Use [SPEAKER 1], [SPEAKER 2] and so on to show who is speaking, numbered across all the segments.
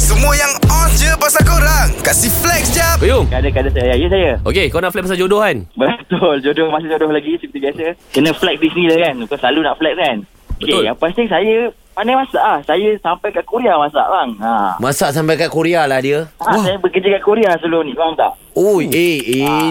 [SPEAKER 1] Semua yang on je pasal korang Kasih flex jap
[SPEAKER 2] Kuyung
[SPEAKER 3] Kada-kada saya Ya saya
[SPEAKER 2] Okay kau nak flex pasal jodoh kan
[SPEAKER 3] Betul Jodoh masih jodoh lagi Seperti biasa Kena flex Disney lah kan Bukan selalu nak flex kan
[SPEAKER 2] Betul.
[SPEAKER 3] Yang pasti saya Pandai masak ah. Saya sampai kat Korea masak bang ha.
[SPEAKER 4] Masak sampai kat Korea lah dia.
[SPEAKER 3] Ah, Saya bekerja kat Korea sebelum ni Faham tak Ha.
[SPEAKER 4] Oh, eh,
[SPEAKER 2] Ah,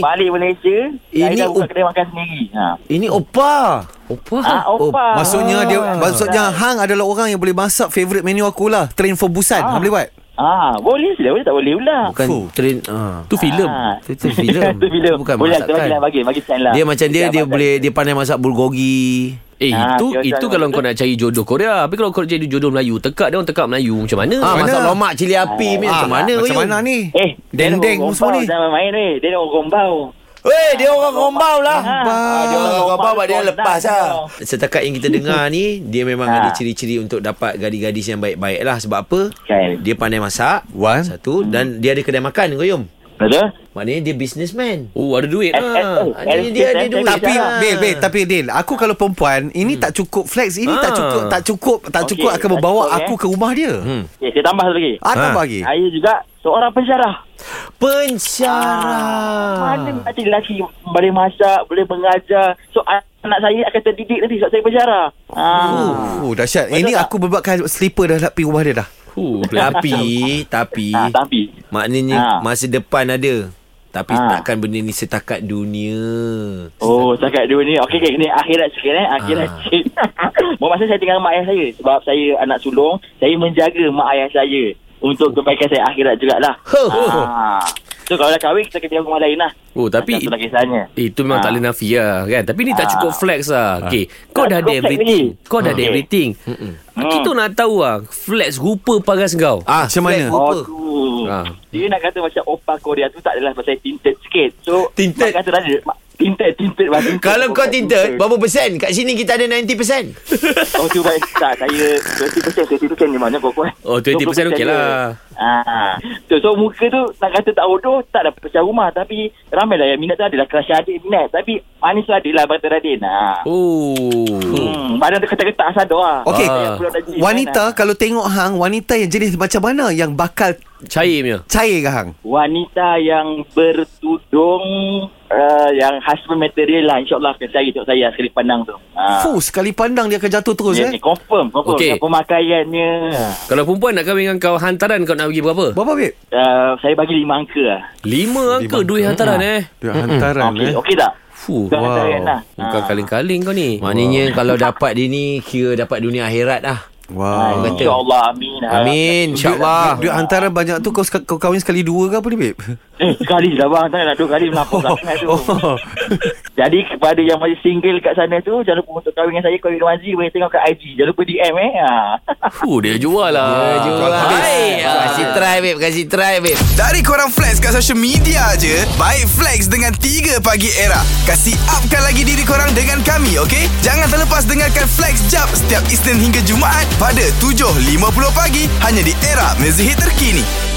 [SPEAKER 3] so, Balik Malaysia Saya
[SPEAKER 4] Ini
[SPEAKER 3] dah buka
[SPEAKER 4] op-
[SPEAKER 3] kedai makan sendiri ha.
[SPEAKER 4] ini opa.
[SPEAKER 3] Ah,
[SPEAKER 2] Opa
[SPEAKER 4] Oh,
[SPEAKER 3] opa
[SPEAKER 5] Maksudnya dia
[SPEAKER 3] Ah.
[SPEAKER 5] maksudnya Hang adalah orang yang boleh masak favorite menu aku lah. Train for Busan.
[SPEAKER 3] Ah.
[SPEAKER 5] Hang boleh buat.
[SPEAKER 3] Ah, boleh sila boleh tak boleh pula.
[SPEAKER 4] Bukan
[SPEAKER 5] Fuh.
[SPEAKER 4] train ah.
[SPEAKER 2] Tu filem
[SPEAKER 3] Ah.
[SPEAKER 4] Itu- itu filem.
[SPEAKER 3] Itu filem.
[SPEAKER 4] Itu bukan
[SPEAKER 3] boleh,
[SPEAKER 4] masakan.
[SPEAKER 3] Boleh, bagi, bagi sign lah.
[SPEAKER 4] Dia macam dia dia
[SPEAKER 3] Masakan.
[SPEAKER 4] boleh dia pandai masak bulgogi.
[SPEAKER 2] Eh
[SPEAKER 3] Ah,
[SPEAKER 2] itu
[SPEAKER 3] biasa
[SPEAKER 2] itu
[SPEAKER 3] lah.
[SPEAKER 2] kalau kau nak cari jodoh Korea Tapi kalau kau jadi jodoh Melayu Tekak dia orang tekak Melayu Macam mana
[SPEAKER 4] Ah,
[SPEAKER 5] Macam
[SPEAKER 4] masak
[SPEAKER 5] mana? Ah,
[SPEAKER 4] lomak cili
[SPEAKER 3] Ah.
[SPEAKER 4] api ni macam mana
[SPEAKER 5] Macam
[SPEAKER 4] Wayung?
[SPEAKER 5] mana ni?
[SPEAKER 3] Eh,
[SPEAKER 5] Dendeng
[SPEAKER 3] dia orang
[SPEAKER 5] semua ni.
[SPEAKER 3] gombau, Jangan main ni. Dia orang gombau.
[SPEAKER 4] Weh, dia orang rombau lah.
[SPEAKER 3] Ah,
[SPEAKER 4] dia orang rombau
[SPEAKER 3] gombau,
[SPEAKER 4] buat dia
[SPEAKER 3] gombau,
[SPEAKER 4] lepas
[SPEAKER 3] gombau.
[SPEAKER 4] lah. Setakat yang kita dengar ni, dia memang
[SPEAKER 3] Ah.
[SPEAKER 4] ada ciri-ciri untuk dapat gadis-gadis yang baik-baik lah. Sebab apa?
[SPEAKER 3] Kan.
[SPEAKER 4] Dia pandai masak.
[SPEAKER 5] One.
[SPEAKER 4] Satu. Dan dia ada kedai makan, Goyum.
[SPEAKER 3] Betul?
[SPEAKER 4] Maknanya dia businessman.
[SPEAKER 2] Oh ada duit
[SPEAKER 3] Eh, eh,
[SPEAKER 2] lah
[SPEAKER 3] oh,
[SPEAKER 4] Ah, Dia,
[SPEAKER 3] eh,
[SPEAKER 4] dia ada
[SPEAKER 3] eh,
[SPEAKER 4] duit.
[SPEAKER 5] Tapi
[SPEAKER 4] lah.
[SPEAKER 5] Bil, Bil, tapi Dil, aku kalau perempuan, ini
[SPEAKER 4] Hmm.
[SPEAKER 5] tak cukup flex, ini tak
[SPEAKER 2] Ah.
[SPEAKER 5] cukup, tak cukup, tak
[SPEAKER 3] Okey,
[SPEAKER 5] cukup akan
[SPEAKER 3] tak
[SPEAKER 5] membawa
[SPEAKER 3] cukup, eh.
[SPEAKER 5] aku ke rumah dia.
[SPEAKER 4] Hmm.
[SPEAKER 3] Okay, eh, saya tambah satu lagi.
[SPEAKER 5] Ah, tambah
[SPEAKER 4] Ah.
[SPEAKER 5] lagi.
[SPEAKER 3] Saya juga seorang pensyarah. Ah, Mana
[SPEAKER 4] Pensyarah.
[SPEAKER 3] ada lelaki boleh masak, boleh mengajar. So, anak saya akan terdidik nanti sebab saya pensyarah. Ah.
[SPEAKER 5] Oh, dahsyat.
[SPEAKER 3] Betul
[SPEAKER 5] Ini
[SPEAKER 3] tak?
[SPEAKER 5] aku berbuatkan sleeper dah nak pergi rumah dia dah.
[SPEAKER 2] Oh,
[SPEAKER 4] Tapi, tapi,
[SPEAKER 3] Ah, tapi
[SPEAKER 4] maknanya
[SPEAKER 3] Ah.
[SPEAKER 4] masa depan ada. Tapi
[SPEAKER 3] Ah.
[SPEAKER 4] takkan benda ni setakat dunia.
[SPEAKER 3] Oh, cakap dua ni. Okey, okay, ni akhirat sikit eh. Akhirat
[SPEAKER 4] Ah.
[SPEAKER 3] ah. sikit. Buat masa saya tinggal dengan mak ayah saya. Sebab saya anak sulung. Saya menjaga mak ayah saya. Untuk kebaikan saya akhirat jugalah.
[SPEAKER 4] Ho, ho, ho.
[SPEAKER 3] ah. So, kalau dah kahwin, kita kena rumah lain lah.
[SPEAKER 2] Oh, tapi-
[SPEAKER 3] Macam tu lah kisahnya.
[SPEAKER 2] Eh, Itu memang
[SPEAKER 3] Ah.
[SPEAKER 2] tak boleh nafi lah kan Tapi ni tak
[SPEAKER 3] Ah.
[SPEAKER 2] cukup flex lah Okay Kau
[SPEAKER 3] Tak
[SPEAKER 2] dah ada
[SPEAKER 3] cukup flex
[SPEAKER 2] everything
[SPEAKER 3] lagi. Mm.
[SPEAKER 2] Kau dah ada
[SPEAKER 3] Okay.
[SPEAKER 2] everything Kita nak tahu lah Flex rupa paras kau
[SPEAKER 4] Ah,
[SPEAKER 5] Macam
[SPEAKER 4] flag
[SPEAKER 5] mana?
[SPEAKER 3] Oh
[SPEAKER 4] rupa.
[SPEAKER 3] tu
[SPEAKER 2] Ah.
[SPEAKER 3] Dia nak kata macam Opa Korea tu Tak adalah pasal tinted sikit So
[SPEAKER 4] Tinted?
[SPEAKER 3] Mak kata tadi mak- Tinted Tinted bah, tinted.
[SPEAKER 4] Kalau kau
[SPEAKER 3] Bukan
[SPEAKER 4] tinted, berapa persen? Kat sini kita ada 90%.
[SPEAKER 3] Oh tu baik Tak saya 20% 20% ni mana kau kuat
[SPEAKER 2] Oh, 20% okey lah.
[SPEAKER 3] ah. so, so muka tu Nak kata tak bodoh Tak ada pecah rumah Tapi Ramai lah yang minat tu Adalah kelas adik minat Tapi Manis tu adalah Bata Radin ah.
[SPEAKER 2] Oh
[SPEAKER 3] Hmm, badan tu ketak-ketak sadar lah
[SPEAKER 5] Okey.
[SPEAKER 3] Yang keluar daging
[SPEAKER 5] Wanita
[SPEAKER 3] kan, ah.
[SPEAKER 5] kalau tengok hang, wanita yang jenis macam mana yang bakal
[SPEAKER 2] Cair punya
[SPEAKER 5] cair ke hang?
[SPEAKER 3] Wanita yang bertudung uh, Yang husband material lah InsyaAllah akan cari untuk saya Sekali pandang tu ah.
[SPEAKER 5] Fuh, sekali pandang dia akan jatuh terus
[SPEAKER 3] Ya,
[SPEAKER 5] eh.
[SPEAKER 3] ni confirm, confirm.
[SPEAKER 2] Okey.
[SPEAKER 3] Okay. Pemakaiannya.
[SPEAKER 2] Kalau perempuan nak kahwin dengan kau Hantaran kau nak bagi berapa?
[SPEAKER 5] Berapa, Bil?
[SPEAKER 3] Uh, saya bagi lima angka lah.
[SPEAKER 2] Lima angka
[SPEAKER 4] Hmm.
[SPEAKER 2] Duit hantaran
[SPEAKER 4] Ha.
[SPEAKER 2] eh
[SPEAKER 5] Dia hantaran
[SPEAKER 3] Okey okay tak?
[SPEAKER 2] Fuh
[SPEAKER 3] Bukan
[SPEAKER 5] wow.
[SPEAKER 3] wow. lah.
[SPEAKER 2] Bukan
[SPEAKER 3] Ah.
[SPEAKER 2] kaling-kaling kau ni
[SPEAKER 4] Maknanya kalau dapat dia ni, kira dapat dunia akhirat lah.
[SPEAKER 3] Ah,
[SPEAKER 5] Wow.
[SPEAKER 3] InsyaAllah. Amin. Ah,
[SPEAKER 4] Amin, insyaAllah.
[SPEAKER 5] Duit hantaran banyak tu kau, sek- kau kahwin sekali dua ke apa ni, Bib?
[SPEAKER 3] Eh, sekali je lah bang. Tak nak dua kali melampau oh. tu.
[SPEAKER 5] Oh.
[SPEAKER 3] Jadi kepada yang masih single kat sana tu, jangan lupa untuk kahwin dengan saya, kahwin dengan Azri, boleh tengok kat IG. Jangan lupa DM eh. Ah.
[SPEAKER 2] Fuh dia jual lah
[SPEAKER 4] Ah,
[SPEAKER 2] Hai, ah.
[SPEAKER 4] Kasih try, babe. Kasih try, babe.
[SPEAKER 1] Dari korang flex kat social media je Baik flex dengan 3 pagi era Kasih upkan lagi diri korang dengan kami okay? Jangan terlepas dengarkan flex jap Setiap Isnin hingga Jumaat Pada 7.50 pagi Hanya di era mezihit terkini